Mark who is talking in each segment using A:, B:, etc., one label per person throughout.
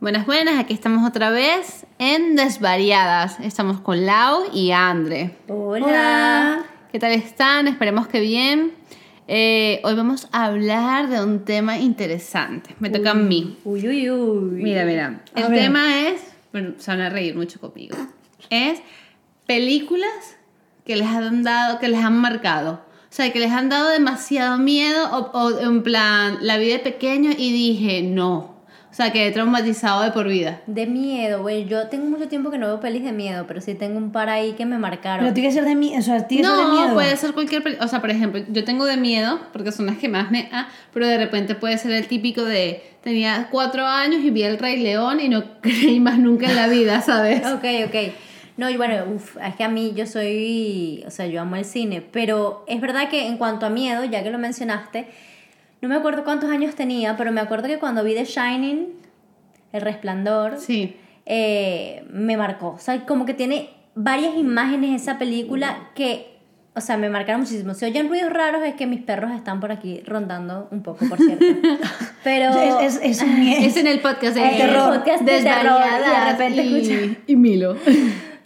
A: buenas, buenas. Aquí estamos otra vez en Desvariadas. Estamos con Lau y Andre.
B: Hola.
A: ¿Qué tal están? Esperemos que bien. Eh, hoy vamos a hablar de un tema interesante. Me toca a mí.
B: Uy, uy, uy.
A: Mira, mira.
B: A
A: El
B: ver.
A: tema es, bueno, se van a reír mucho conmigo. Es películas que les han dado, que les han marcado. O sea, que les han dado demasiado miedo o, o en plan, la vi de pequeño y dije, no. O sea, quedé traumatizado de por vida.
B: De miedo, güey. Yo tengo mucho tiempo que no veo pelis de miedo, pero sí tengo un par ahí que me marcaron.
C: Pero tiene que ser de miedo, o sea, tiene que ser de
A: No,
B: pues,
C: miedo.
A: puede ser cualquier peli- O sea, por ejemplo, yo tengo de miedo, porque son las que más me... ah, pero de repente puede ser el típico de... Tenía cuatro años y vi El Rey León y no creí más nunca en la vida, ¿sabes?
B: Ok, ok. No, y bueno, uf, es que a mí yo soy, o sea, yo amo el cine, pero es verdad que en cuanto a miedo, ya que lo mencionaste, no me acuerdo cuántos años tenía, pero me acuerdo que cuando vi The Shining, El Resplandor,
A: Sí.
B: eh, me marcó. O sea, como que tiene varias imágenes esa película que, o sea, me marcaron muchísimo. Si oyen ruidos raros es que mis perros están por aquí rondando un poco, por cierto. Pero...
C: Es, es, es un miedo.
A: Es en el podcast de
B: El
C: terror.
B: podcast de
A: Desvariadas
B: terror, y de repente escucha.
A: y Milo.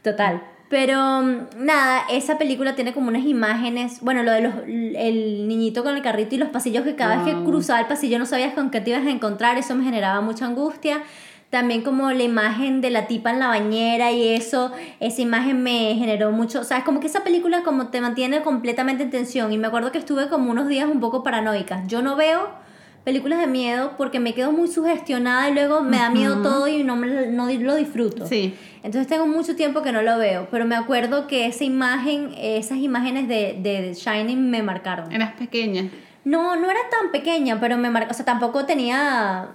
B: Total. Pero mm, nada, esa película tiene como unas imágenes, bueno, lo de los el niñito con el carrito y los pasillos que cada vez que
A: Wow.
B: cruzaba el pasillo no sabías con qué te ibas a encontrar, eso me generaba mucha angustia. También como la imagen de la tipa en la bañera y eso, esa imagen me generó mucho, o sea, es como que esa película como te mantiene completamente en tensión y me acuerdo que estuve como unos días un poco paranoica. Yo no veo películas de miedo porque me quedo muy sugestionada y luego me da miedo todo y no, me- no lo disfruto.
A: Sí.
B: Entonces tengo mucho tiempo que no lo veo, pero me acuerdo que esa imagen, esas imágenes de, de, de Shining me marcaron.
A: Eras pequeña.
B: No, no era tan pequeña, pero me marcó, o sea, tampoco tenía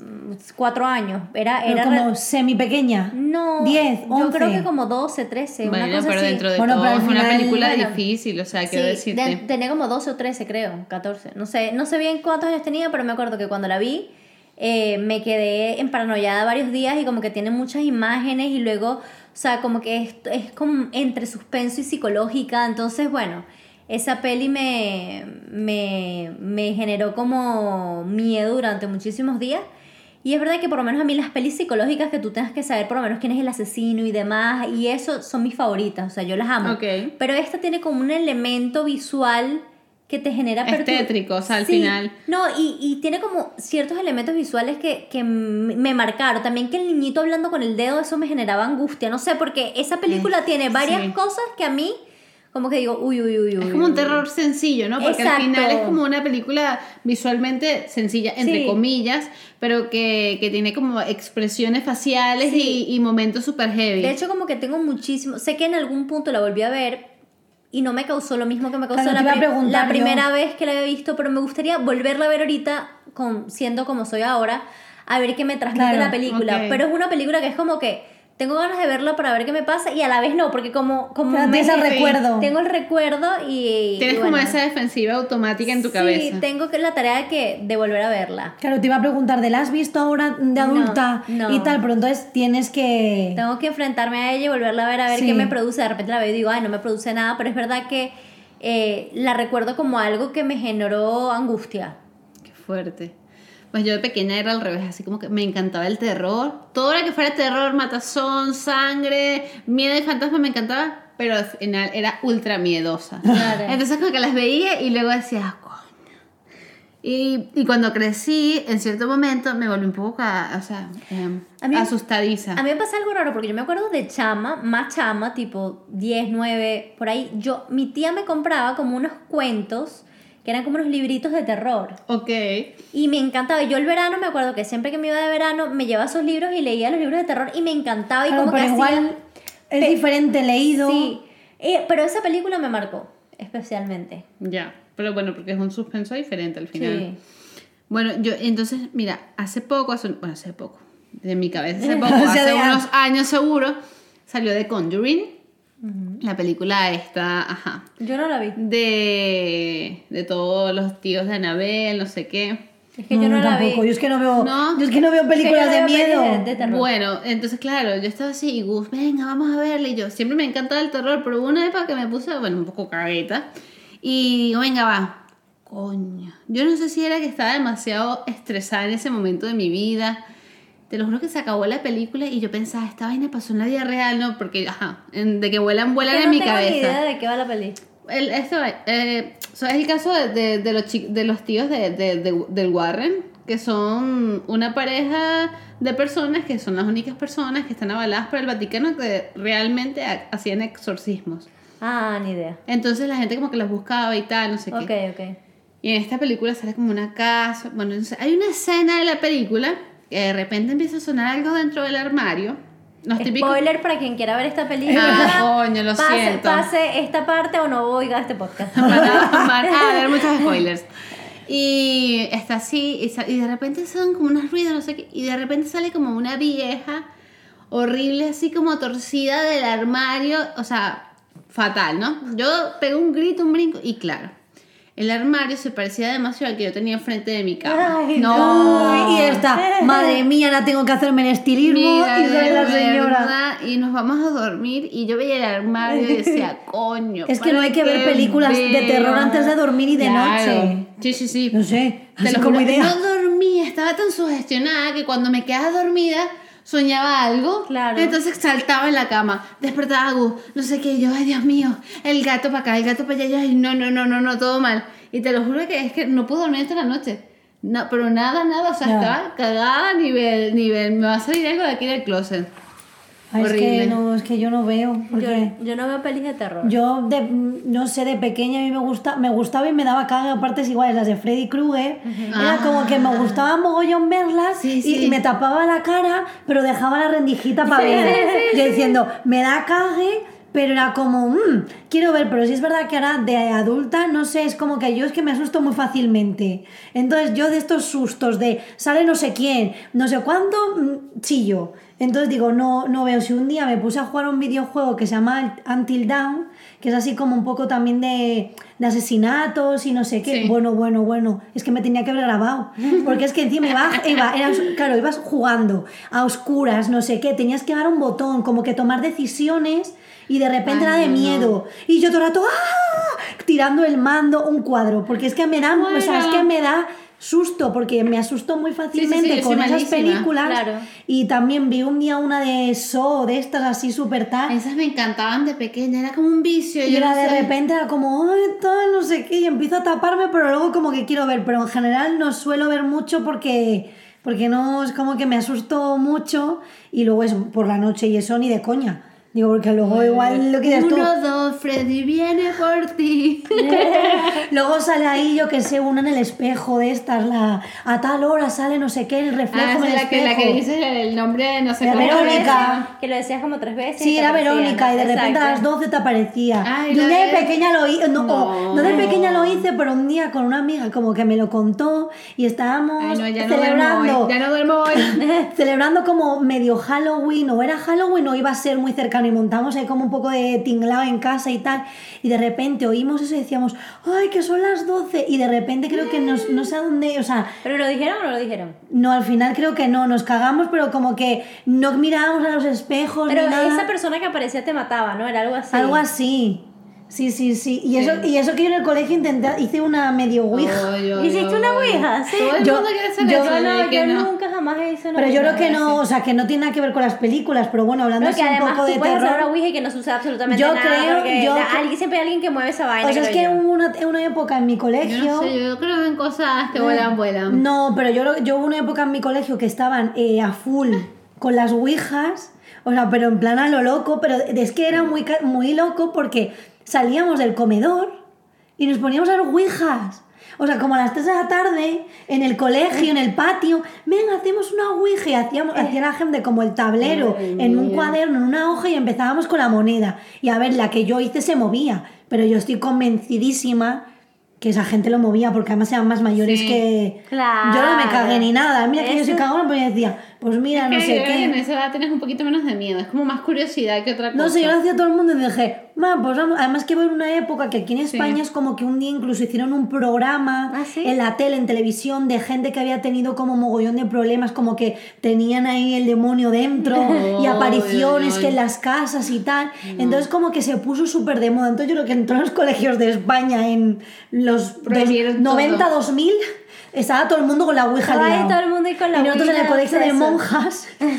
B: mm, cuatro años, era...
C: Pero
B: era
C: como
B: re-
C: semi pequeña.
B: no,
C: 10,
B: yo creo
C: 11.
B: que como 12, 13, una
A: Bueno,
B: cosa
A: pero
B: así.
A: dentro de
C: Bueno, pero
A: todo
C: al
A: fue una
C: final,
A: película
B: bueno,
A: difícil, o sea, quiero
B: Sí,
A: decirte.
B: de- tenía como 12 o 13, creo, 14. No sé, no sé bien cuántos años tenía, pero me acuerdo que cuando la vi eh, me quedé en paranoia varios días y como que tiene muchas imágenes y luego, o sea, como que es, es como entre suspenso y psicológica. Entonces, bueno, esa peli me, me, me generó como miedo durante muchísimos días. Y es verdad que por lo menos a mí las pelis psicológicas que tú tengas que saber por lo menos quién es el asesino y demás, y eso son mis favoritas, o sea, yo las amo.
A: Ok.
B: Pero esta tiene como un elemento visual que te genera...
A: Es
B: pertur-
A: tétrico, o sea, al final.
B: No, y, y tiene como ciertos elementos visuales que, que m- me marcaron. También que el niñito hablando con el dedo, eso me generaba angustia. No sé, porque esa película tiene varias
A: sí.
B: cosas que a mí como que digo, uy, uy, uy, uy.
A: Es como un
B: uy".
A: terror sencillo, ¿no? Porque al
B: Exacto.
A: final es como una película visualmente sencilla, entre
B: Sí.
A: comillas, pero que, que tiene como expresiones faciales
B: Sí.
A: y, y momentos super heavy.
B: De hecho, como que tengo muchísimo... Sé que en algún punto la volví a ver y no me causó lo mismo que me causó
C: Claro,
B: la,
C: te iba a
B: pri-
C: preguntar
B: la
C: yo.
B: primera vez que la había visto, pero me gustaría volverla a ver ahorita, con, siendo como soy ahora, a ver qué me transmite
C: Claro,
B: la película.
A: ok.
B: Pero es una película que es como que tengo ganas de verla para ver qué me pasa y a la vez no, porque como, como
C: Claro,
B: me-
C: tienes el Mm, recuerdo.
B: tengo el recuerdo y...
A: Tienes
B: y
A: como
B: bueno.
A: esa defensiva automática en tu
B: sí,
A: cabeza.
B: tengo que- la tarea de, que, de volver a verla.
C: Claro, te iba a preguntar, ¿de la has visto ahora de adulta
B: no.
C: y tal? Pero entonces tienes que...
B: Tengo que enfrentarme a ella y volverla a ver a ver
C: Sí.
B: qué me produce. De repente la veo y digo, ay, no me produce nada, pero es verdad que eh, la recuerdo como algo que me generó angustia.
A: Qué fuerte. Pues yo de pequeña era al revés, así como que me encantaba el terror. Todo lo que fuera terror, matazón, sangre, miedo y fantasma me encantaba, pero al final era ultra miedosa.
B: Claro.
A: Entonces como que las veía y luego decía, "Ah, coño. Y, y cuando crecí, en cierto momento me volví un poco, ca- o sea, em,
B: A mí-
A: asustadiza.
B: A mí me pasa algo raro porque yo me acuerdo de chama, más chama, tipo 10, 9, por ahí. Yo, mi tía me compraba como unos cuentos que eran como unos libritos de terror.
A: ok.
B: Y me encantaba. Yo el verano me acuerdo que siempre que me iba de verano me llevaba esos libros y leía los libros de terror y me encantaba. Y
C: Claro,
B: como
C: pero
B: que hacía-
C: igual es diferente leído.
B: Sí, Eh, pero esa película me marcó especialmente.
A: Ya. Pero bueno, porque es un suspenso diferente al final.
B: Sí.
A: Bueno, yo entonces, mira, hace poco, hace, un- bueno, hace poco, de mi cabeza hace poco,
C: O sea,
A: hace
C: de a-
A: unos años seguro, salió The Conjuring, la película esta, ajá,
B: Yo no la vi.
A: de, de todos los tíos de Anabel, no sé qué.
B: Es que yo no, la
C: Mm, tampoco.
B: vi.
C: Yo es que no veo,
A: No.
C: yo es que no veo películas
B: Es que
C: de
B: yo no veo
C: miedo.
B: pelis de- de terror.
A: Bueno, entonces claro, yo estaba así y Gus, venga, vamos a verla. Y yo siempre me encantaba el terror, pero hubo una época que me puse, bueno, un poco cagueta. Y digo, venga, va. Coño. Yo no sé si era que estaba demasiado estresada en ese momento de mi vida. Te lo juro que se acabó la película y yo pensaba, esta vaina pasó en la vida real, ¿no? Porque, ajá, en- de que vuelan, vuelan
B: Que
A: en
B: no
A: mi
B: tengo
A: cabeza.
B: ni idea de qué va la peli.
A: El, esto, eh, so- es el caso de, de- de los, chi- de los tíos de, de- de- del Warren, que son una pareja de personas que son las únicas personas que están avaladas por el Vaticano que realmente ha- hacían exorcismos.
B: Ah, ni idea.
A: Entonces la gente como que los buscaba y tal, no sé
B: Ok,
A: qué.
B: ok.
A: Y en esta película sale como una casa. Bueno, no sé, hay una escena de la película que de repente empieza a sonar algo dentro del armario. Los típicos
B: Spoiler para quien quiera ver esta película.
A: Ah, coño, lo
B: pase,
A: siento.
B: Pase esta parte o no oiga este podcast.
A: para, para- a ver muchos spoilers. Y está así, y, sa- y de repente son como unos ruidos, no sé qué, y de repente sale como una vieja horrible, así como torcida del armario, o sea, fatal, ¿no? Yo pego un grito, un brinco, y claro, el armario se parecía demasiado al que yo tenía enfrente de mi cama.
B: Ay,
C: Uy, y está. Madre mía, la tengo que hacerme el estilismo.
A: Mira,
C: y sale
A: de
C: la señora.
A: verdad, y nos vamos a dormir y yo veía el armario y decía, coño.
C: Es que no
A: ¿para
C: hay que ver
A: qué
C: películas de
A: veo?
C: terror antes de dormir y de
A: Claro.
C: noche.
A: Sí, sí, sí.
C: No sé,
A: Te
C: así
A: lo
C: como
A: juro,
C: idea.
A: No dormía, estaba tan sugestionada que cuando me quedaba dormida soñaba algo.
B: Claro.
A: Entonces saltaba en la cama, despertaba Gus, no sé qué, yo, ay Dios mío, el gato para acá, el gato para allá, yo, ay, no, no, no, no, no, todo mal. Y te lo juro que es que no pude dormir toda la noche. No, pero nada, nada, o sea,
C: Ya.
A: estaba cagada a nivel, nivel, me va a salir algo de aquí del closet.
C: Ay, es
A: Horrible.
C: que no, es que yo no veo.
B: Yo,
C: Porque...
B: yo no veo pelis de terror.
C: Yo, de, no sé, de pequeña a mí me, gusta, me gustaba y me daba cada partes iguales, las de Freddy Krueger. Era como que me gustaba mogollón verlas
A: Ah. Sí,
C: y-
A: sí.
C: y, me tapaba la cara, pero dejaba la rendijita para ver. Yo diciendo, me da cague, pero era como, "Mm, quiero ver, pero si es verdad que ahora de adulta, no sé, es como que yo es que me asusto muy fácilmente. Entonces yo de estos sustos de sale no sé quién, no sé cuánto, mm, chillo. Entonces digo, no, no veo. Si un día me puse a jugar a un videojuego que se llama Until Dawn, que es así como un poco también de, de asesinatos y no sé qué.
A: Sí.
C: Bueno, bueno, bueno. Es que me tenía que haber grabado. Porque es que encima iba, iba- era- claro, ibas jugando a oscuras, no sé qué. Tenías que dar un botón, como que tomar decisiones y de
A: Ay,
C: repente era de
A: no, no.
C: miedo. Y yo todo el rato, ¡ah! Tirando el mando, un cuadro. Porque es que me da, o sea, es que me da susto porque me asusto muy fácilmente
A: yo soy
C: con esas
A: malísima,
C: películas
B: claro.
C: y también vi un día una de eso de estas así súper tal
A: Esas me encantaban de pequeña, era como un vicio.
C: Ah. y
A: yo
C: era
A: no
C: de
A: sé.
C: repente era como, ay, tal, no sé qué, y empiezo a taparme, pero luego como que quiero ver, pero en general no suelo ver mucho porque, porque no, es como que me asusto mucho y luego es por la noche y eso ni de coña. Digo, porque luego igual lo que dices tú,
A: Mm. Uno, dos, Freddy viene por ti.
C: luego sale ahí, yo que sé, una en el espejo de estas, la, a tal hora sale no sé qué, el reflejo
A: Ah,
C: en
A: esa
C: el
A: es la que,
C: espejo.
A: la que dice el nombre de no sé
C: La
A: cómo.
B: Como
C: Verónica.
B: tres veces, Que lo decías como tres veces.
C: Sí,
B: y
C: era
B: te aparecía,
C: Verónica y de
B: ¿no?
C: repente a las
B: Exacto.
C: 12 te aparecía.
A: Ay,
C: yo
A: la
C: de
A: de-
C: pequeña lo hice, no,
A: No.
C: no de pequeña lo hice, pero un día con una amiga como que me lo contó y estábamos
A: Ay, no, ya no duermo
C: celebrando,
A: hoy. Ya no duermo hoy.
C: celebrando como medio Halloween o era Halloween o iba a ser muy cercano y montamos ahí como un poco de tinglado en casa y tal y de repente oímos eso y decíamos, ay, que son las 12 y de repente creo que nos- no sé a dónde, o sea,
B: ¿Pero lo dijeron o no lo dijeron?
C: no, al final creo que no, nos cagamos, pero como que no mirábamos a los espejos.
B: Pero
C: ni nada.
B: esa persona que aparecía te mataba, ¿no? Era algo así.
C: Algo así. Sí, sí, sí. Y, Eso, y eso que yo en el colegio intenté, hice una medio ouija.
A: Ay, ay,
B: ¿Hiciste
A: ay,
B: una
A: ay.
B: ouija? Sí.
A: Todo el
C: Yo-
A: mundo quiere hacer
C: yo-
A: eso,
B: No,
A: yo
B: no,
A: dije
B: yo
A: no.
B: nunca jamás he hecho una
C: pero yo
B: ouija,
C: creo que
B: me
C: no,
B: parece.
C: o sea, que no tiene nada que ver con las películas, pero bueno, hablando
B: No, que
C: así un
B: además
C: poco de
B: tú puedes hacer una
C: terror.
B: ouija y que no sucede absolutamente
C: Yo
B: nada.
C: creo-
B: porque
C: yo
B: la-
C: cre-
B: alguien- siempre hay alguien que mueve esa vaina.
C: O sea, es
B: creo
C: que
B: yo.
C: hubo una, una época en mi colegio.
A: Yo no sé, yo creo en cosas que vuelan, vuelan.
C: No, pero yo, lo- yo hubo una época en mi colegio que estaban eh, a full con las ouijas, o sea, pero en plan a lo loco, pero es que era muy, ca- muy loco porque salíamos del comedor y nos poníamos a las ouijas. O sea, como a las 3 de la tarde, en el colegio, en el patio, venga, hacemos una ouija y
A: Eh.
C: hacíamos, hacía la gente como el tablero en un cuaderno, en una hoja y empezábamos con la moneda. Y a ver, la que yo hice se movía, pero yo estoy convencidísima que esa gente lo movía porque además eran más mayores
A: Sí.
C: que,
B: Claro.
C: yo no me cagué ni nada. Mira que yo soy
B: Eso-
C: cagona, pero yo decía, pues mira, no
A: Es que
C: sé
A: yo creo que En
C: qué.
A: esa edad tienes un poquito menos de miedo, es como más curiosidad que otra cosa.
C: No sé, yo lo hacía a todo el mundo y dije, ma, pues vamos. Además que voy en una época que aquí en
A: Sí.
C: España es como que un día incluso hicieron un programa
B: ¿Ah, sí?
C: en la tele, en televisión, de gente que había tenido como mogollón de problemas, como que tenían ahí el demonio dentro
A: ay,
C: y apariciones
A: ay.
C: que en las casas y tal. Entonces como que se puso súper de moda. Entonces yo creo que entró en los colegios de España en los dos-
A: Prohibieron todo.
C: 90, 2000. estaba todo el mundo con la ouija
B: Estaba ahí
C: liado.
B: todo el mundo y con la
C: nosotros en
B: ouija pues,
C: el colegio de
B: preso.
C: monjas
A: Ay,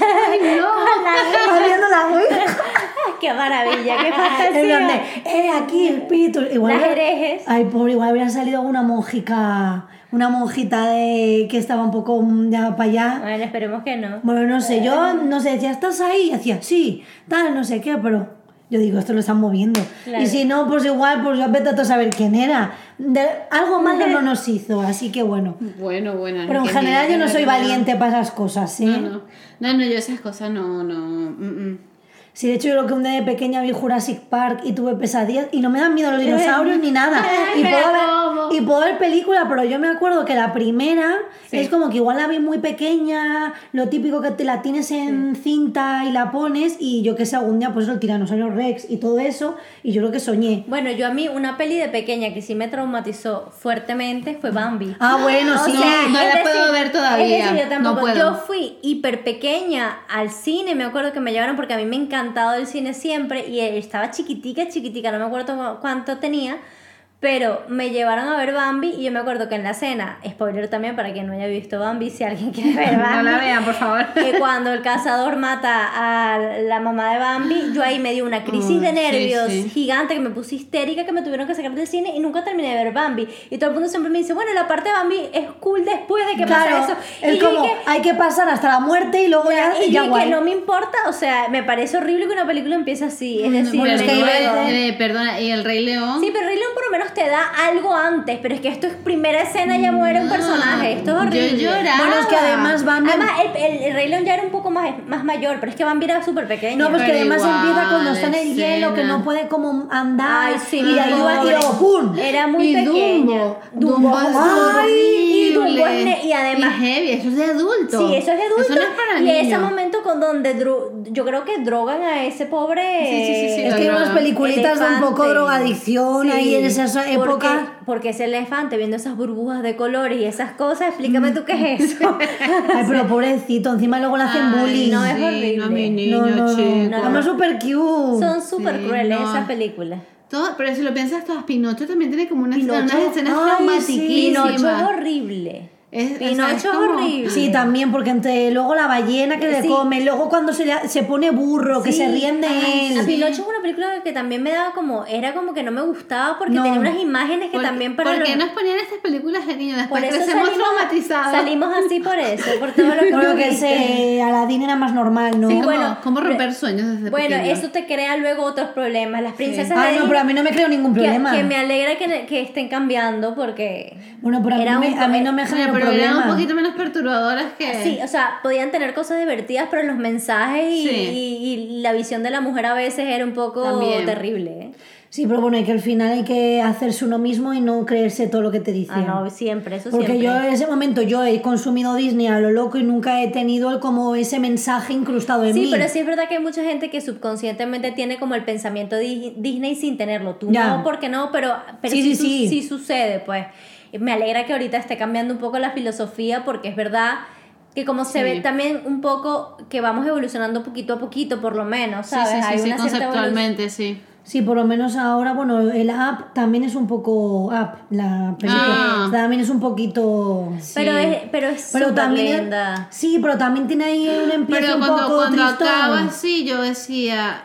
A: no.
C: haciendo la ouija.
B: ¡Qué maravilla! ¡Qué
C: En
B: fantasía!
C: plan de, eh, aquí espíritu. Igual
B: Las herejes.
C: Ay, pobre, igual habrían salido alguna monjica, una monjita de que estaba un poco mm, ya para allá.
B: Bueno, esperemos que no.
C: Bueno, no sé, yo no sé, decía, estás ahí, y hacía, sí, tal, no sé qué, pero yo digo, esto lo están moviendo.
B: Claro.
C: Y si no, pues igual, pues yo vete a todo saber quién era. De- algo malo no nos hizo, así que bueno.
A: Bueno, bueno.
C: Pero en
A: qué
C: general yo
A: miedo,
C: no soy
A: de verdad.
C: valiente para esas cosas, ¿eh?
A: No, no. No, no, yo esas cosas no, no. mm, mm.
C: Sí, de hecho yo creo que un día de pequeña vi Jurassic Park y tuve pesadillas y no me dan miedo
B: Eh.
C: los dinosaurios ni nada.
A: Ay,
C: Y
A: pero
C: puedo,
A: ¿cómo?
C: ver, y puedo ver películas, pero yo me acuerdo que la primera
A: Sí.
C: es como que igual la vi muy pequeña, lo típico que te la tienes en cinta y la pones y yo que sé, algún día pues el tiranosaurio Rex y todo eso y yo creo que soñé.
B: Bueno, yo a mí una peli de pequeña que sí me traumatizó fuertemente fue Bambi.
C: Ah, bueno, sí.
A: sea, no
B: es
A: la puedo ver todavía,
B: es decir, yo tampoco.
A: no puedo.
B: Yo fui hiper pequeña al cine, me acuerdo que me llevaron porque a mí me ha encantado el cine siempre y estaba chiquitica, chiquitica, no me acuerdo cuánto tenía, pero me llevaron a ver Bambi y yo me acuerdo que en la cena, spoiler también para quien no haya visto Bambi, si alguien quiere ver Bambi.
A: No la vean, por favor.
B: que cuando el cazador mata a la mamá de Bambi, yo ahí me dio una crisis de
A: Mm, sí,
B: nervios
A: sí.
B: gigante que me puse histérica, que me tuvieron que sacar del cine y nunca terminé de ver Bambi. Y todo el mundo siempre me dice, bueno, la parte de Bambi es cool después de que
C: Claro,
B: pasa eso.
C: es
B: y yo
C: como,
B: dije,
C: hay que pasar hasta la muerte y luego ya,
B: y yo
C: ya
B: dije,
C: guay.
B: no me importa, o sea, me parece horrible que una película empiece así.
C: Mm,
B: Es decir,
A: Bueno,
B: me
A: pero
B: niego.
A: igual, eh, perdona, y el Rey León.
B: Sí, pero Rey León por lo menos te da algo antes, pero es que esto es primera escena, ya muere un personaje, esto es
A: yo
B: horrible.
A: lloraba.
C: Bueno, es que además Bambi...
B: Además, el, el, el Rey León ya era un poco más, más mayor, pero es que Bambi era súper pequeño.
C: No, pues que
A: Pero
C: además
A: igual,
C: empieza cuando está en el
A: escena.
C: hielo, que no puede como andar.
B: Ay, sí,
C: y de ahí
B: pobre.
C: va y luego ¡pum!
B: Era muy
A: y
B: pequeña.
A: Dumbo. Dumbo es
B: Ay, y Dumbo es
A: horrible.
B: ne- y además-
A: Y heavy, eso es de adulto.
B: Sí, eso es de adulto.
A: Eso no es para
B: y
A: niños.
B: ese momento con donde dro- yo creo que drogan a ese pobre.
A: Sí, sí, sí, sí,
C: es
A: lo
C: que hay unas
A: drogan.
C: peliculitas de un poco
B: elefante.
C: drogadicción ahí
B: Sí,
C: en esa época.
B: Porque, porque ese elefante viendo esas burbujas de colores y esas cosas, explícame tú qué es eso.
C: Ay, pero pobrecito, encima luego le hacen
A: Ay,
C: bullying.
B: no, es
A: sí, No, mi
B: horrible.
A: niño,
C: no, no,
A: chico.
B: no.
C: Además, súper cute.
B: Son súper
A: Sí,
B: crueles
A: no.
B: esas películas.
A: Todo- pero si lo piensas todas, Pinocho también tiene como una
C: Pinocho,
A: unas escenas
C: ay, sí,
A: traumatiquísimas.
B: Pinocho es horrible.
A: Es- o sea,
B: Pinocho
A: es
B: es
A: como-
B: horrible.
C: Sí, también, porque entre luego la ballena que
B: Sí.
C: le come, luego cuando se, le- se pone burro, que
B: Sí.
C: se ríen de
B: Ay,
C: él.
B: sí. Pinocho es una película que también me daba como, era como que no me gustaba porque
C: No.
B: tenía unas imágenes que
A: ¿Por-
B: también para
A: ¿Por qué
B: los-
A: nos ponían estas películas de niños? Después
B: por eso
A: crecemos
B: salimos,
A: traumatizados.
B: salimos así por eso, por todo lo que,
C: Por lo que
B: tuviste.
C: se Aladín era más normal, ¿no?
A: Sí, ¿Cómo,
B: bueno,
A: cómo romper
B: pero-
A: sueños desde
B: Bueno,
A: pequeño?
B: eso te crea luego otros problemas. Las princesas de
C: Ah, no,
B: Disney,
C: pero a mí no me creo ningún
B: que-
C: problema.
B: que, me alegra que, que estén cambiando porque
C: Bueno, pero a mí,
B: Era
C: me-
B: un-
C: a mí no me
A: Bueno,
C: generó
A: pero
C: problema.
A: eran un poquito menos perturbadoras que...
B: Sí, o sea, podían tener cosas divertidas, pero los mensajes y,
A: Sí.
B: y- y la visión de la mujer a veces era un poco
A: También.
B: terrible. ¿eh?
C: Sí, pero bueno, hay que al final hay que hacerse uno mismo y no creerse todo lo que te
B: Ah,
C: dicen.
B: no, siempre, eso
C: Porque
B: siempre.
C: yo en ese momento yo he consumido Disney a lo loco y nunca he tenido el- como ese mensaje incrustado en
B: Sí,
C: mí.
B: pero sí es verdad que hay mucha gente que subconscientemente tiene como el pensamiento di- Disney sin tenerlo. Tú
C: Ya.
B: no, porque no, pero, pero
C: Sí,
B: sí,
C: sí,
B: su-
C: sí.
B: sí sucede, pues. Me alegra que ahorita esté cambiando un poco la filosofía porque es verdad que como se
A: Sí.
B: ve también un poco que vamos evolucionando poquito a poquito, por lo menos,
A: Sí,
B: ¿sabes?
A: sí, sí,
B: Hay
A: sí,
B: una cierta
A: conceptualmente, sí.
C: Sí, por lo menos ahora, bueno, el app también es un poco app, la película.
A: Ah.
C: También es un poquito...
B: evolución. Pero
A: Sí.
B: es, pero es
C: Pero
B: súper
C: también...
B: linda.
C: Sí, pero también tiene ahí un empiezo
A: Pero
C: un
A: cuando,
C: poco
A: cuando
C: tristón.
A: acaba así, yo decía,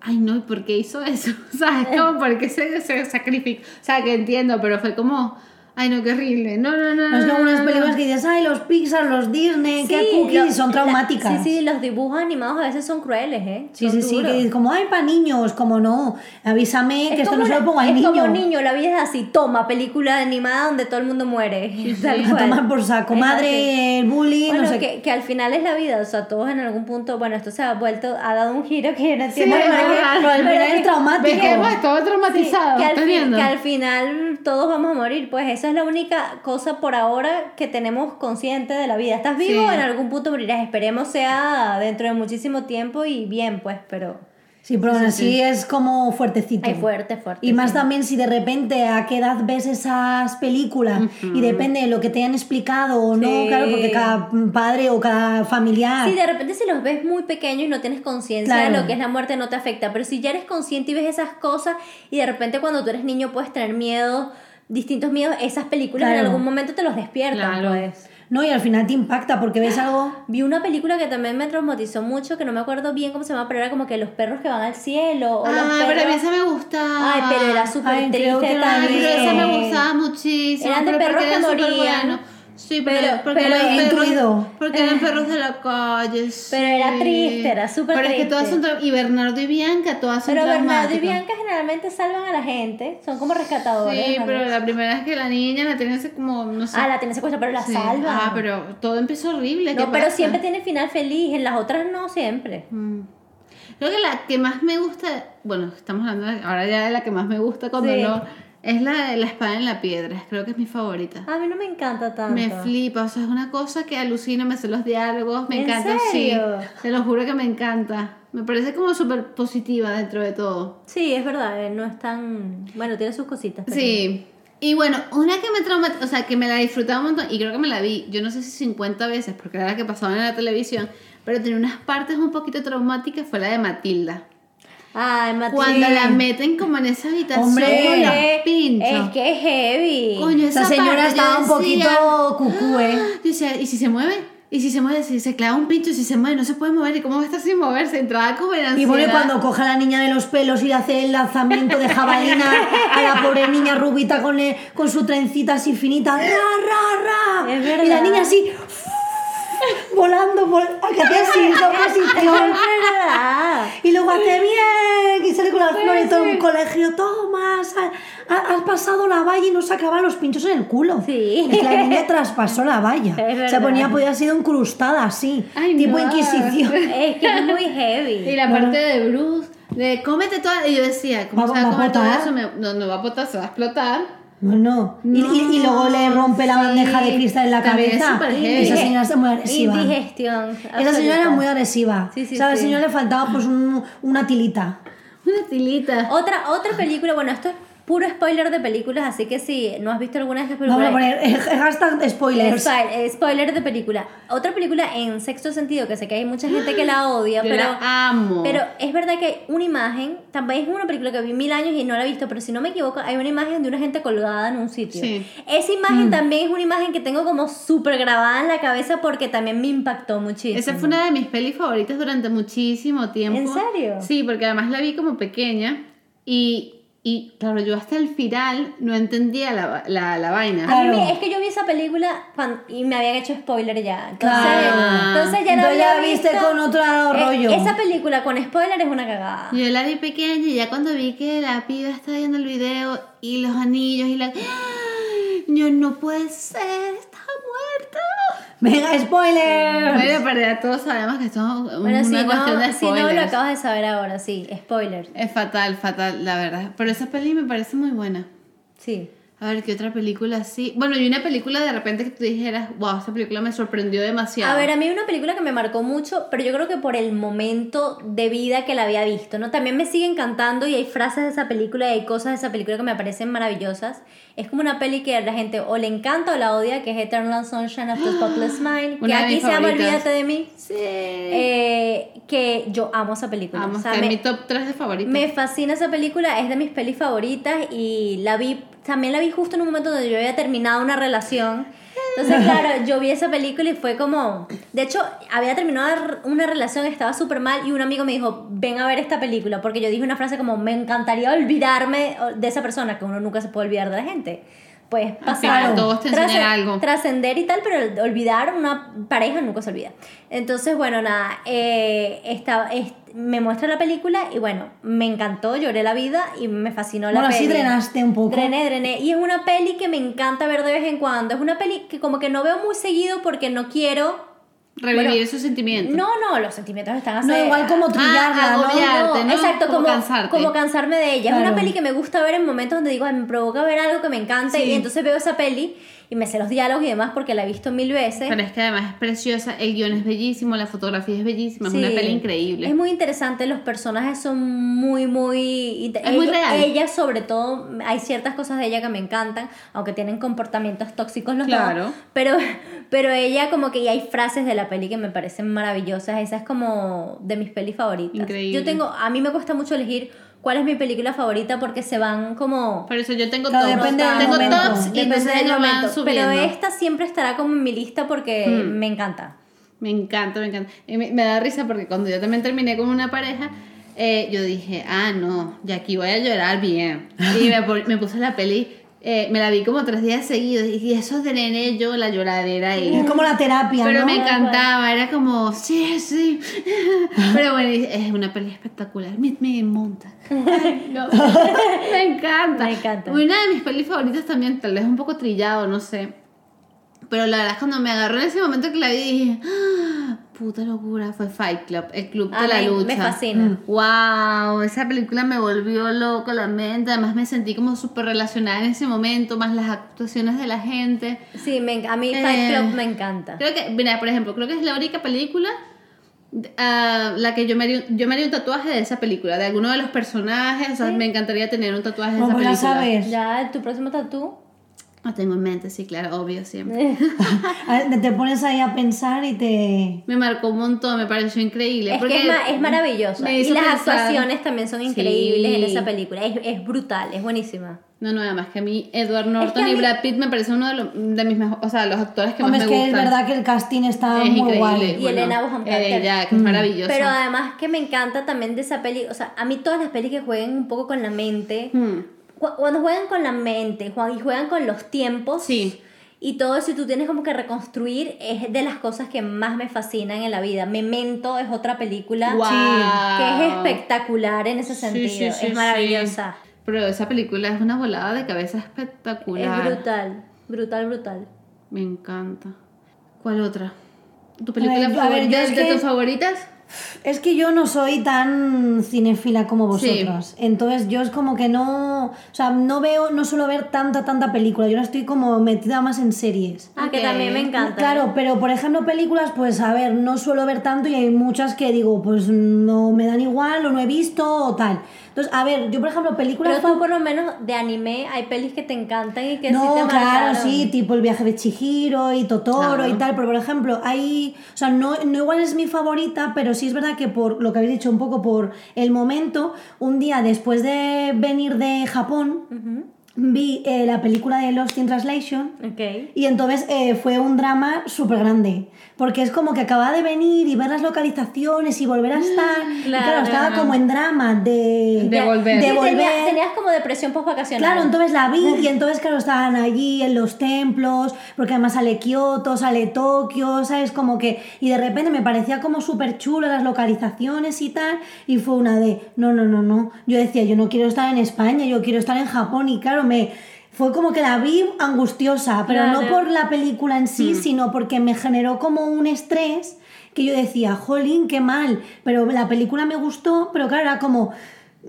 A: ay no, ¿y por qué hizo eso? ¿Sabes? Como, ¿por qué se, se sacrificó? O sea, que entiendo, pero fue como, ay no, qué horrible. No, no, no.
C: No es
A: no,
C: como unas
A: no, no".
C: películas que dices, ay, los Pixar, los Disney, qué
B: ah. Sí,
C: cookies,
B: lo-
C: son
B: la-
C: traumáticas.
B: sí, sí, los dibujos animados a veces son crueles, ¿eh?
C: Sí,
B: Son
C: sí, sí,
B: duros.
C: que dices como, ay, para niños, como no, avísame que esto no
B: como
C: se lo
B: una-
C: pongo al
B: es
C: niño.
B: como niño, la vida es así, toma, película animada donde todo el mundo muere. tal
C: A
B: cual.
C: tomar por saco,
B: Es
C: madre, el bullying,
B: Bueno,
C: no sé qué.
B: que, que al final es la vida, o sea, todos en algún punto, bueno, esto se ha vuelto, ha dado un giro que yo no entiendo.
A: es
B: por qué,
A: verdad.
C: Pero al
B: pero
C: final
B: que-
C: es traumático.
A: Ves que hemos estado
B: sí,
A: traumatizados,
B: que, al
A: ¿estás
B: fin-
A: viendo?
B: que al final todos vamos a morir, pues esa es la única cosa por ahora que tenemos consciente de la vida. Estás vivo,
A: Sí.
B: en algún punto morirás, esperemos sea dentro de muchísimo tiempo y bien, pues, pero...
C: Sí, pero aún así es como fuertecito.
B: Ay, fuerte, fuerte.
C: Y más
B: sí.
C: también si de repente a qué edad ves esas películas y depende de lo que te hayan explicado o no,
B: Sí.
C: claro, porque cada padre o cada familiar...
A: Ah.
B: Sí, de repente si los ves muy pequeños y no tienes conciencia de
C: Claro.
B: lo que es la muerte, no te afecta. Pero si ya eres consciente y ves esas cosas, y de repente cuando tú eres niño puedes tener miedo distintos miedos, esas películas
C: Claro.
B: en algún momento te los despiertan,
A: Claro.
B: pues.
C: No, y al final te impacta porque ves algo.
B: Vi una película que también me traumatizó mucho, que no me acuerdo bien cómo se llama, pero era como que los perros que van al cielo. O los
A: Ah,
B: perros...
A: pero a mí esa me gustaba.
B: Ay, pero era súper
C: Ay,
B: triste
C: creo que la
A: Ay, pero esa
B: también.
A: me gustaba muchísimo.
B: Eran de
A: pero porque
B: perros que
A: eran súper
B: morían.
A: buenos. Sí,
B: Pero-
A: pero, porque
B: pero Eh.
A: eran
C: he
A: perros-
C: intuido.
A: Porque eran perros de la calle. sí.
B: Pero era triste, era súper
A: Pero es que todas
B: triste.
A: son. tra- Y Bernardo y Bianca, todas son.
B: Pero Bernardo y
A: traumáticas.
B: Bianca generalmente salvan a la gente, son como rescatadores.
A: Sí,
B: ¿no?
A: pero la primera vez que la niña la tenía así como. No sé.
B: Ah, la tiene secuestrada, pero la
A: Sí.
B: salvan.
A: Ah, pero todo empezó horrible. ¿qué
B: No, pero
A: pasa?
B: siempre tiene final feliz, en las otras no siempre.
A: Mm. Creo que la que más me gusta, bueno, estamos hablando de- ahora ya de la que más me gusta cuando
B: Sí.
A: no, es la de la espada en la piedra, creo que es mi favorita.
B: A mí no me encanta tanto.
A: Me flipa, o sea, es una cosa que alucino, me sé los diálogos, me
B: ¿En
A: encanta,
B: serio?
A: sí, te lo juro que me encanta. Me parece como súper positiva dentro de todo.
B: Sí, es verdad, eh, no es tan... Bueno, tiene sus cositas. pero-
A: Sí. Y bueno, una que me trauma, o sea, que me la disfrutaba un montón y creo que me la vi, yo no sé si 50 veces, porque era la que pasaban en la televisión, pero tenía unas partes un poquito traumáticas, fue la de Matilda.
B: Ay, Matilda.
A: Cuando la meten como en esa habitación
C: Hombre,
A: con los pinchos.
B: es que es heavy.
A: Coño,
C: Esa
A: parte
C: señora
A: yo
C: estaba un
A: decía-
C: poquito cucú, ¿eh?
A: Yo decía, ¿y si se mueve? ¿Y si se mueve? Si se clava un pincho, si se mueve, no se puede mover. ¿Y cómo va a estar sin moverse? Entraba como en
C: Y
A: ansiedad.
C: bueno, cuando coja a la niña de los pelos y le hace el lanzamiento de jabalina a la pobre niña rubita con, el- con su trencita así finita. ¡Ra, ra, ra!
B: Es verdad.
C: Y la niña así. Volando, por a que te siento posición.
B: Es verdad.
C: Y luego hace bien, y sale con las
B: Pues
C: flores, todo
B: sí.
C: un colegio, toma, has, ha- has pasado la valla y no se acaban los pinchos en el culo.
B: Sí.
C: Es que la niña traspasó la valla.
B: Es
C: se
B: verdad.
C: ponía, podía ser incrustada así,
A: Ay,
C: tipo
A: no.
C: Inquisición.
B: Es que es muy heavy.
A: Y la parte de Bruce, de cómete toda. Y yo decía, ¿cómo
C: Va-
A: se va
C: va
A: a
C: a
A: comer todo
C: botar.
A: eso? Me- no, no va a botar, se va a explotar.
C: No, no. Y, y- y luego le rompe la
A: Sí.
C: bandeja de cristal en la
A: También es
C: cabeza.
A: súper heavy.
C: Esa señora es muy agresiva.
B: Indigestión.
C: Esa señora
B: absoluta.
C: era muy agresiva.
B: Sí, sí,
C: o sea, a la
B: sí.
C: señora le faltaba pues un- una tilita.
A: Una tilita.
B: Otra, otra película, bueno, esto es puro spoiler de películas, así que si no has visto alguna de estas
C: Vamos
B: películas...
C: a poner eh, hashtag spoilers.
B: Spoil- eh, spoiler de película. Otra película en sexto sentido, que sé que hay mucha gente que la odia,
A: yo
B: pero...
A: la amo.
B: Pero es verdad que hay una imagen, también es una película que vi mil años y no la he visto, pero si no me equivoco, hay una imagen de una gente colgada en un sitio.
A: Sí.
B: Esa
C: Mm.
B: imagen también es una imagen que tengo como súper grabada en la cabeza porque también me impactó muchísimo.
A: Esa fue una de mis pelis favoritas durante muchísimo tiempo.
B: ¿En serio?
A: Sí, porque además la vi como pequeña y, y claro, yo hasta el final no entendía la, la, la vaina.
B: A mí me-
C: Claro.
B: es que yo vi esa película cuan- y me habían hecho spoiler ya. Entonces,
C: Claro.
B: entonces ya la
C: Entonces Ah. ya
B: había
C: la viste
B: visto. e,
C: con otro
A: Eh,
C: rollo.
B: Esa película con spoiler es una cagada.
A: Yo la vi pequeña y ya cuando vi que la piba estaba viendo el video y los anillos y la... Yo no puede ser, está muerta.
C: Venga, spoilers.
A: Bueno, pero ya todos sabemos que esto es
B: Bueno,
A: una
B: si
A: cuestión
B: Mm, no,
A: de
B: si no lo
A: spoilers.
B: acabas de saber ahora, sí, spoiler.
A: es fatal, fatal, la verdad. Pero esa peli me parece muy buena.
B: Sí.
A: A ver, ¿qué otra película así? Bueno, y una película de repente que tú dijeras, wow, esta película me sorprendió demasiado.
B: A ver, a mí una película que me marcó mucho, pero yo creo que por el momento de vida que la había visto, ¿no? También me sigue encantando y hay frases de esa película y hay cosas de esa película que me parecen maravillosas. Es como una peli que a la gente o le encanta o la odia, que es Eternal Sunshine of the Spotless Mind, que
A: ¡Ah! Una de
B: aquí
A: mis
B: se llama
A: favoritas.
B: Olvídate de mí,
A: Sí.
B: eh, que yo amo esa película.
A: Vamos,
B: O sea,
A: está en
B: me-
A: mi top 3 de favoritos.
B: me fascina esa película, es de mis pelis favoritas y la vi, también la vi justo en un momento donde yo había terminado una relación. Entonces, claro, yo vi esa película y fue como, de hecho, había terminado r- una relación, estaba súper mal y un amigo me dijo, ven a ver esta película, porque yo dije una frase como, me encantaría olvidarme de esa persona, que uno nunca se puede olvidar de la gente. Pues pasaron.
A: todos te enseñan
B: Trasce-
A: algo.
B: trascender y tal, pero el- olvidar una pareja nunca se olvida. Entonces, bueno, nada, eh, esta- es- me muestra la película y bueno, me encantó, lloré la vida y me fascinó la
C: Bueno, así
B: peli.
C: drenaste un poco.
B: Drené, drené. Y es una peli que me encanta ver de vez en cuando. Es una peli que como que no veo muy seguido porque no quiero...
A: Revivir
B: Bueno,
A: esos sentimientos.
B: No, no, los sentimientos están así.
C: No, igual
A: Ah,
C: como trillarla, ¿no?
A: agobiar. Agobiarte, ¿no?
B: Exacto,
A: Como
B: como,
A: cansarte.
B: como cansarme de ella. Es una
C: Claro.
B: peli que me gusta ver en momentos donde digo, "Ay, me provoca ver algo que me encanta
A: Sí.
B: y entonces veo esa peli y me sé los diálogos y demás porque la he visto mil veces.
A: Pero es que además es preciosa, el guión es bellísimo, la fotografía es bellísima, es
B: Sí.
A: una peli increíble.
B: Es muy interesante, los personajes son muy, muy... inter-
A: Es muy
B: ella,
A: real.
B: ella, sobre todo, hay ciertas cosas de ella que me encantan, aunque tienen comportamientos tóxicos los
A: Claro.
B: dos. Pero, pero ella como que... Y hay frases de la peli que me parecen maravillosas. Esa es como de mis pelis favoritas.
A: Increíble.
B: Yo tengo... A mí me cuesta mucho elegir cuál es mi película favorita porque se van como...
A: Por eso yo tengo
C: Claro,
A: tops.
C: depende del
A: tengo
C: momento.
A: tops y
B: Depende
A: entonces
B: del
A: ellos van
B: momento,
A: subiendo. Hmm.
B: pero esta siempre estará como en mi lista porque me encanta.
A: Me encanta, me encanta. Y me, me da risa porque cuando yo también terminé con una pareja, eh, yo dije, ah, no, y aquí voy a llorar bien. Y me, pon- me puse la peli, eh, me la vi como tres días seguidos y eso de nene yo la lloradera ahí.
C: Es como la terapia,
A: Pero
C: ¿no?
A: me encantaba, era como, sí, sí. Pero bueno, es una peli espectacular. Meet me in Montag. Ay, no. me encanta.
B: Me encanta.
A: Una de mis pelis favoritas también, tal vez un poco trillado, no sé. Pero la verdad es cuando me agarró en ese momento que la vi dije, "Ah, puta locura, fue Fight Club, el club
B: A
A: de la
B: mí
A: lucha. Hmm.
B: me fascina.
A: Wow, esa película me volvió loco la mente, además me sentí como súper relacionada en ese momento, más las actuaciones de la gente.
B: Sí, me enc- a mí
A: Eh,
B: Fight Club me encanta.
A: Creo que, mira, por ejemplo, creo que es la única película ah, la que yo me, haría, yo me haría un tatuaje de esa película, de alguno de los personajes. O sea, me encantaría tener un tatuaje de
C: Bueno,
A: esa
C: pues ya
A: película.
C: sabes.
B: Ya, tu próximo tatú.
A: Lo tengo en mente, sí, claro, obvio, siempre.
C: A ver, Te pones ahí a pensar y te.
A: Me marcó un montón, me pareció increíble.
B: Es
A: porque
B: que es, ma- es maravillosa.
A: me
B: Y
A: hizo
B: las
A: pensar-
B: actuaciones también son increíbles en
A: Sí.
B: esa película. Es, es brutal, es buenísima.
A: No, no, además que a mí Edward Norton
B: a
A: y
B: mí-
A: Brad Pitt me parece uno de, los- de mis mejores, o sea, los actores que
C: Hombre,
A: más
C: es
A: me
C: que es
A: gustan.
C: verdad que el casting está
A: es
C: muy
A: increíble.
C: guay.
B: Y Elena Bonham Carter.
A: Ella, que es maravillosa.
B: Pero además que me encanta también de esa peli. O sea, a mí todas las pelis que jueguen un poco con la mente.
A: Hmm.
B: Cu- Cuando juegan con la mente Juan, y juegan con los tiempos.
A: Sí.
B: Y todo eso, y tú tienes como que reconstruir, es de las cosas que más me fascinan en la vida. Memento es otra película
A: Guau.
B: que es espectacular en ese sentido.
A: Sí, sí, sí,
B: es maravillosa.
A: sí. Pero esa película es una volada de cabeza espectacular.
B: Es brutal, brutal, brutal.
A: Me encanta. ¿Cuál otra? ¿Tu película
C: A ver, yo- a ver,
A: favorita?
C: yo es
A: ¿De
C: que-
A: tus favoritas?
C: Es que yo no soy tan cinéfila como
A: Sí.
C: vosotros. Entonces yo es como que no. O sea, no veo, no suelo ver tanta, tanta película. Yo no estoy como metida más en series.
B: Ah,
A: Ok.
B: que también me encanta.
C: Claro, pero por ejemplo películas, pues a ver, no suelo ver tanto y hay muchas que digo, pues no me dan igual o no he visto o tal. Entonces, a ver, yo por ejemplo películas...
B: Pero tú
C: favor-
B: por lo menos de anime hay pelis que te encantan y que sí
C: no,
B: te
C: claro,
B: marcaron.
C: sí, tipo El viaje de Chihiro y Totoro
A: Claro.
C: y tal, pero por ejemplo, hay, o sea, no, no igual es mi favorita, pero sí es verdad que por lo que habéis dicho un poco por el momento, un día después de venir de Japón, vi eh, la película de Lost in Translation
B: Ok.
C: y entonces eh, fue un drama súper grande, porque es como que acababa de venir y ver las localizaciones y volver a estar. y Claro,
B: Claro.
C: estaba como en drama de,
A: De volver.
C: de
A: Sí,
C: volver.
B: Tenías, tenías como depresión postvacacional.
C: Claro, entonces la vi y entonces, claro, estaban allí en los templos, porque además sale Kioto, sale Tokio, ¿sabes? Como que. Y de repente me parecía como súper chulo las localizaciones y tal, y fue una de, no, no, no, no. Yo decía, yo no quiero estar en España, yo quiero estar en Japón, y claro, me. Fue como que la vi angustiosa, pero no
B: Claro.
C: por la película en sí, sino porque me generó como un estrés que yo decía, jolín, qué mal, pero la película me gustó, pero claro, era como,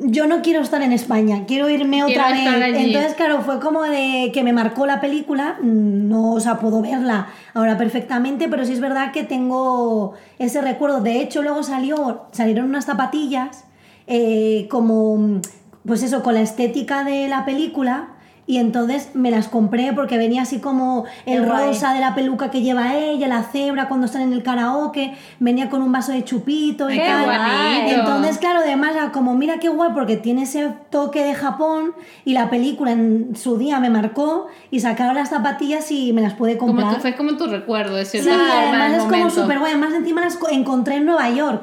C: yo no quiero estar en España, quiero irme
A: Quiero
C: otra vez.
A: estar allí.
C: Entonces, claro, fue como de que me marcó la película, mm, no, o sea, puedo verla ahora perfectamente, pero sí es verdad que tengo ese recuerdo. De hecho, luego salió, salieron unas zapatillas, eh, como, mm, pues eso, con la estética de la película. Y entonces me las compré porque venía así como el
B: Qué guay.
C: rosa de la peluca que lleva ella, la cebra cuando están en el karaoke, venía con un vaso de chupito y
A: Ay, qué
C: tal.
A: guapito.
C: Entonces, claro, además, era como mira qué guay, porque tiene ese toque de Japón y la película en su día me marcó y sacaron las zapatillas y me las pude
A: Como tu,
C: comprar.
A: fue como tu recuerdo de cierta
C: Sí,
A: forma,
C: además
A: del
C: es como
A: momento.
C: súper guay. Además, encima las co- encontré en Nueva York.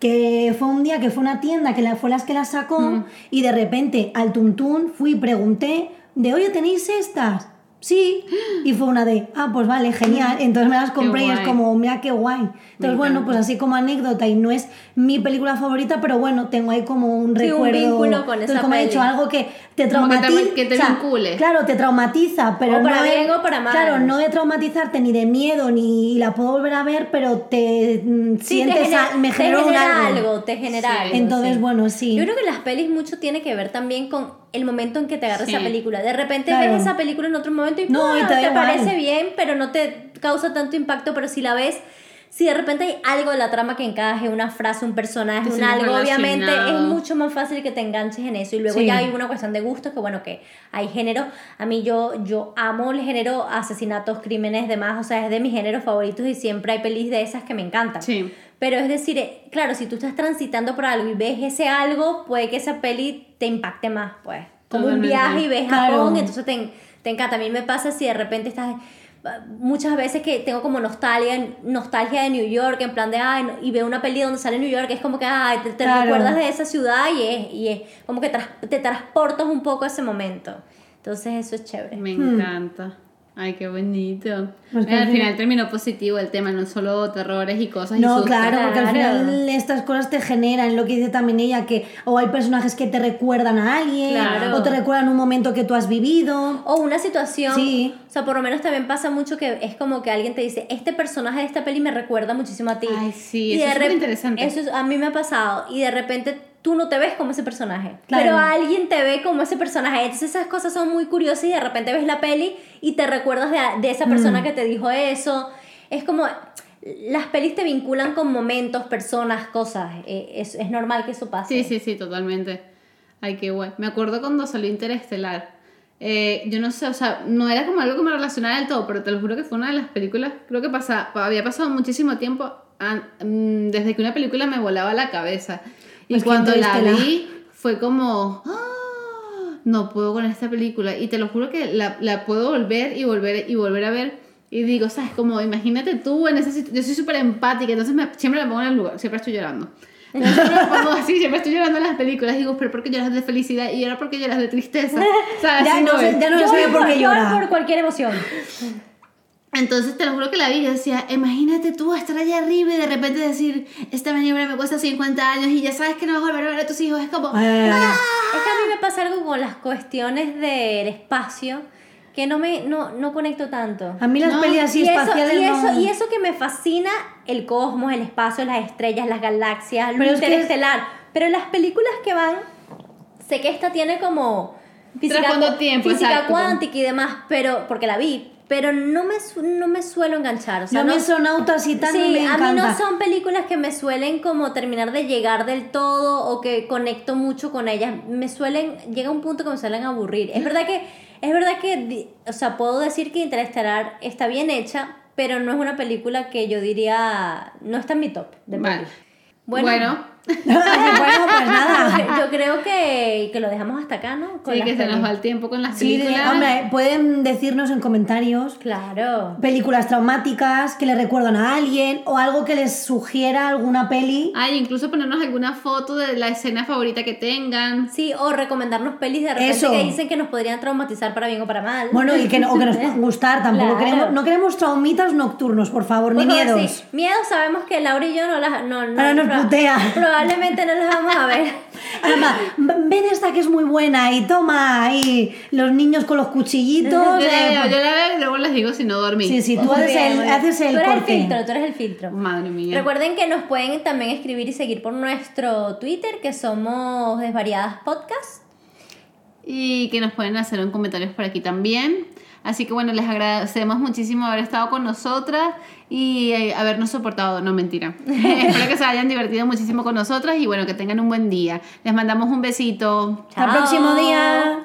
C: Que fue un día que fue una tienda que la, fue las que las sacó
A: Mm.
C: y de repente al Tuntún fui y pregunté de, oye, ¿tenéis estas? Sí. Y fue una de, ah, pues vale, genial. Entonces me las compré y es
A: Mm. guay.
C: como, mira qué guay. Entonces, bueno, pues así como anécdota y no es mi película favorita, pero bueno, tengo ahí como un
B: Sí, un
C: recuerdo.
B: vínculo con
C: Entonces,
B: esa
C: como he
B: peli.
C: dicho, algo que te
A: Como que te-
C: traumatiza.
A: que te vincule.
C: Claro, te traumatiza, pero
B: O para
C: no es-
B: bien o para mal.
C: Claro, no de traumatizarte ni de miedo ni la puedo volver a ver, pero te mm,
B: Sí, te
C: sientes
B: genera-
C: a- me
B: te
C: generó un
B: genera
C: algo.
B: te genera
A: Sí.
B: algo.
C: Entonces,
B: sí.
C: bueno, sí.
B: Yo creo que las pelis mucho tiene que ver también con el momento en que te agarra
A: Sí.
B: esa película. De repente
C: Claro.
B: ves esa película en otro momento y,
C: No,
B: ¡pua!
C: y te
B: te,
C: da igual.
B: parece bien, pero no te causa tanto impacto, pero si la ves, si de repente hay algo de la trama que encaje, una frase, un personaje,
A: Te
B: un
A: sientes
B: algo, obviamente es
A: relacionado.
B: mucho más fácil que te enganches en eso. Y luego
C: Sí.
B: ya hay una cuestión de gustos, que bueno, que hay género. A mí yo, yo amo el género asesinatos, crímenes, demás, o sea, es de mis géneros favoritos y siempre hay pelis de esas que me encantan.
A: Sí.
B: Pero es decir, eh, claro, si tú estás transitando por algo y ves ese algo, puede que esa peli te impacte más, pues. Como un
A: Totalmente.
B: viaje y ves
C: Claro.
B: Japón, entonces te, en- te encanta. A mí me pasa si de repente estás ah, muchas veces que tengo como nostalgia nostalgia de New York en plan de ay no- y veo una peli donde sale New York es como que ay te, te
C: Claro.
B: recuerdas de esa ciudad y es, y es como que tras- te transportas un poco a ese momento entonces eso es chévere
A: Me encanta. Ay, qué bonito.
C: Hmm. Pues
A: Mira, al
C: que-
A: final terminó positivo el tema, no solo terrores y cosas. y
C: No,
A: sustos.
C: claro, porque al
B: Claro.
C: final estas cosas te generan, lo que dice también ella, que o hay personajes que te recuerdan a alguien,
B: Claro.
C: o te recuerdan un momento que tú has vivido.
B: o una situación
C: Sí.
B: o sea por lo menos también pasa mucho que es como que alguien te dice este personaje de esta peli me recuerda muchísimo a ti
A: Ay, sí,
B: Y
A: eso
B: de
A: es súper
B: rep-
A: interesante.
B: eso es- a mí me ha pasado y de repente tú no te ves como ese personaje
C: Claro.
B: pero alguien te ve como ese personaje entonces esas cosas son muy curiosas y de repente ves la peli y te recuerdas de, de esa persona
A: Mm.
B: que te dijo eso es como las pelis te vinculan con momentos personas cosas Eh, es, es normal que eso pase
A: Sí, sí, sí, totalmente. Ay, qué guay. Me acuerdo cuando salió Interestelar. Eh, yo no sé, o sea, no era como algo que me relacionaba del todo, pero te lo juro que fue una de las películas, creo que pasa, había pasado muchísimo tiempo an- mm, desde que una película me volaba la cabeza. Y
C: Pues que
A: cuando la
C: Interestelar.
A: vi, fue como, "Ah, no puedo con esta película. Y te lo juro que la, la puedo volver y volver y volver a ver. Y digo, ¿sabes? Como, imagínate tú en esa situación. Yo soy súper empática, entonces me- siempre me pongo en el lugar, siempre estoy llorando. Entonces me pongo así, siempre estoy llorando en las películas. Digo, ¿pero por qué lloras de felicidad? Y ahora porque lloras de tristeza. ¿Sabes?
C: Ya
A: Así
C: no
A: voy.
C: sé, ya no
B: Yo
C: sé
B: voy
C: por qué
B: yo voy
C: llora.
B: por cualquier emoción
A: Entonces te lo juro que la vi, yo decía, imagínate tú estar allá arriba y de repente decir, esta maniobra me cuesta 50 años y ya sabes que no vas a volver a ver a tus hijos. Es como,
C: Ay, ay,
B: Ah.
C: ay, ay.
B: Es que a mí me pasa algo con las cuestiones del espacio que no me no, no conecto tanto.
C: A mí las
A: No,
C: pelis así
B: y, eso,
C: espaciales
B: y, eso,
C: no-
B: y eso que me fascina el cosmos, el espacio, las estrellas, las galaxias, lo
C: Pero es que-
B: interestelar. Pero las películas que van, sé que esta tiene como
A: Trasfondo
B: cua-
A: tiempo,
B: física
A: exacto.
B: cuántica y demás, pero porque la vi, pero no me, su- no me suelo enganchar. O sea,
C: no,
B: no-
C: me son autos y tal, no
B: Sí,
C: me
B: a mí no
C: encanta.
B: son películas que me suelen como terminar de llegar del todo o que conecto mucho con ellas. Me suelen, llega un punto que me suelen aburrir. Es verdad que, es verdad que, di- o sea, puedo decir que Interestelar está bien hecha, pero no es una película que yo diría, no está en mi top de
A: Vale.
B: pelis.
A: bueno,
C: bueno, pues nada.
B: yo creo que, que lo dejamos hasta acá, ¿no? Con
A: sí,
B: las
A: que se nos
B: pelis.
A: va el tiempo con las
C: Sí,
A: películas.
C: hombre, pueden decirnos en comentarios
B: Claro.
C: películas traumáticas que le recuerdan a alguien o algo que les sugiera alguna peli.
A: Ay, incluso ponernos alguna foto de la escena favorita que tengan.
B: Sí, o recomendarnos pelis de repente
C: Eso.
B: que dicen que nos podrían traumatizar para bien o para mal.
C: Bueno, y que no, o que nos puedan gustar tampoco.
B: Claro.
C: Queremos, no queremos traumitas nocturnos, por favor, ni
B: Por favor,
C: miedos.
B: sí. Miedos sabemos que Laura y yo no las... No, no,
C: Ahora nos
B: proba-
C: putea.
B: Probablemente no las vamos a ver.
C: Además, ven esta que es muy buena y toma ahí los niños con los
A: Yo la
C: cuchillitos.
A: veo, yo
C: eh,
A: la veo y luego les digo si no dormí.
C: sí, sí, tú
B: Muy
C: haces
B: bien,
C: el,
B: muy bien.
C: haces el
B: Tú eres el
C: corte.
B: filtro, tú eres el filtro.
A: Madre mía.
B: Recuerden que nos pueden también escribir y seguir por nuestro Twitter, que somos Desvariadas Podcast.
A: y que nos pueden hacer un comentario por aquí también. Así que bueno, les agradecemos muchísimo haber estado con nosotras y eh, habernos soportado, no mentira. Espero que se hayan divertido muchísimo con nosotras y bueno, que tengan un buen día. Les mandamos un besito.
C: Hasta el próximo
B: Chao.
C: día.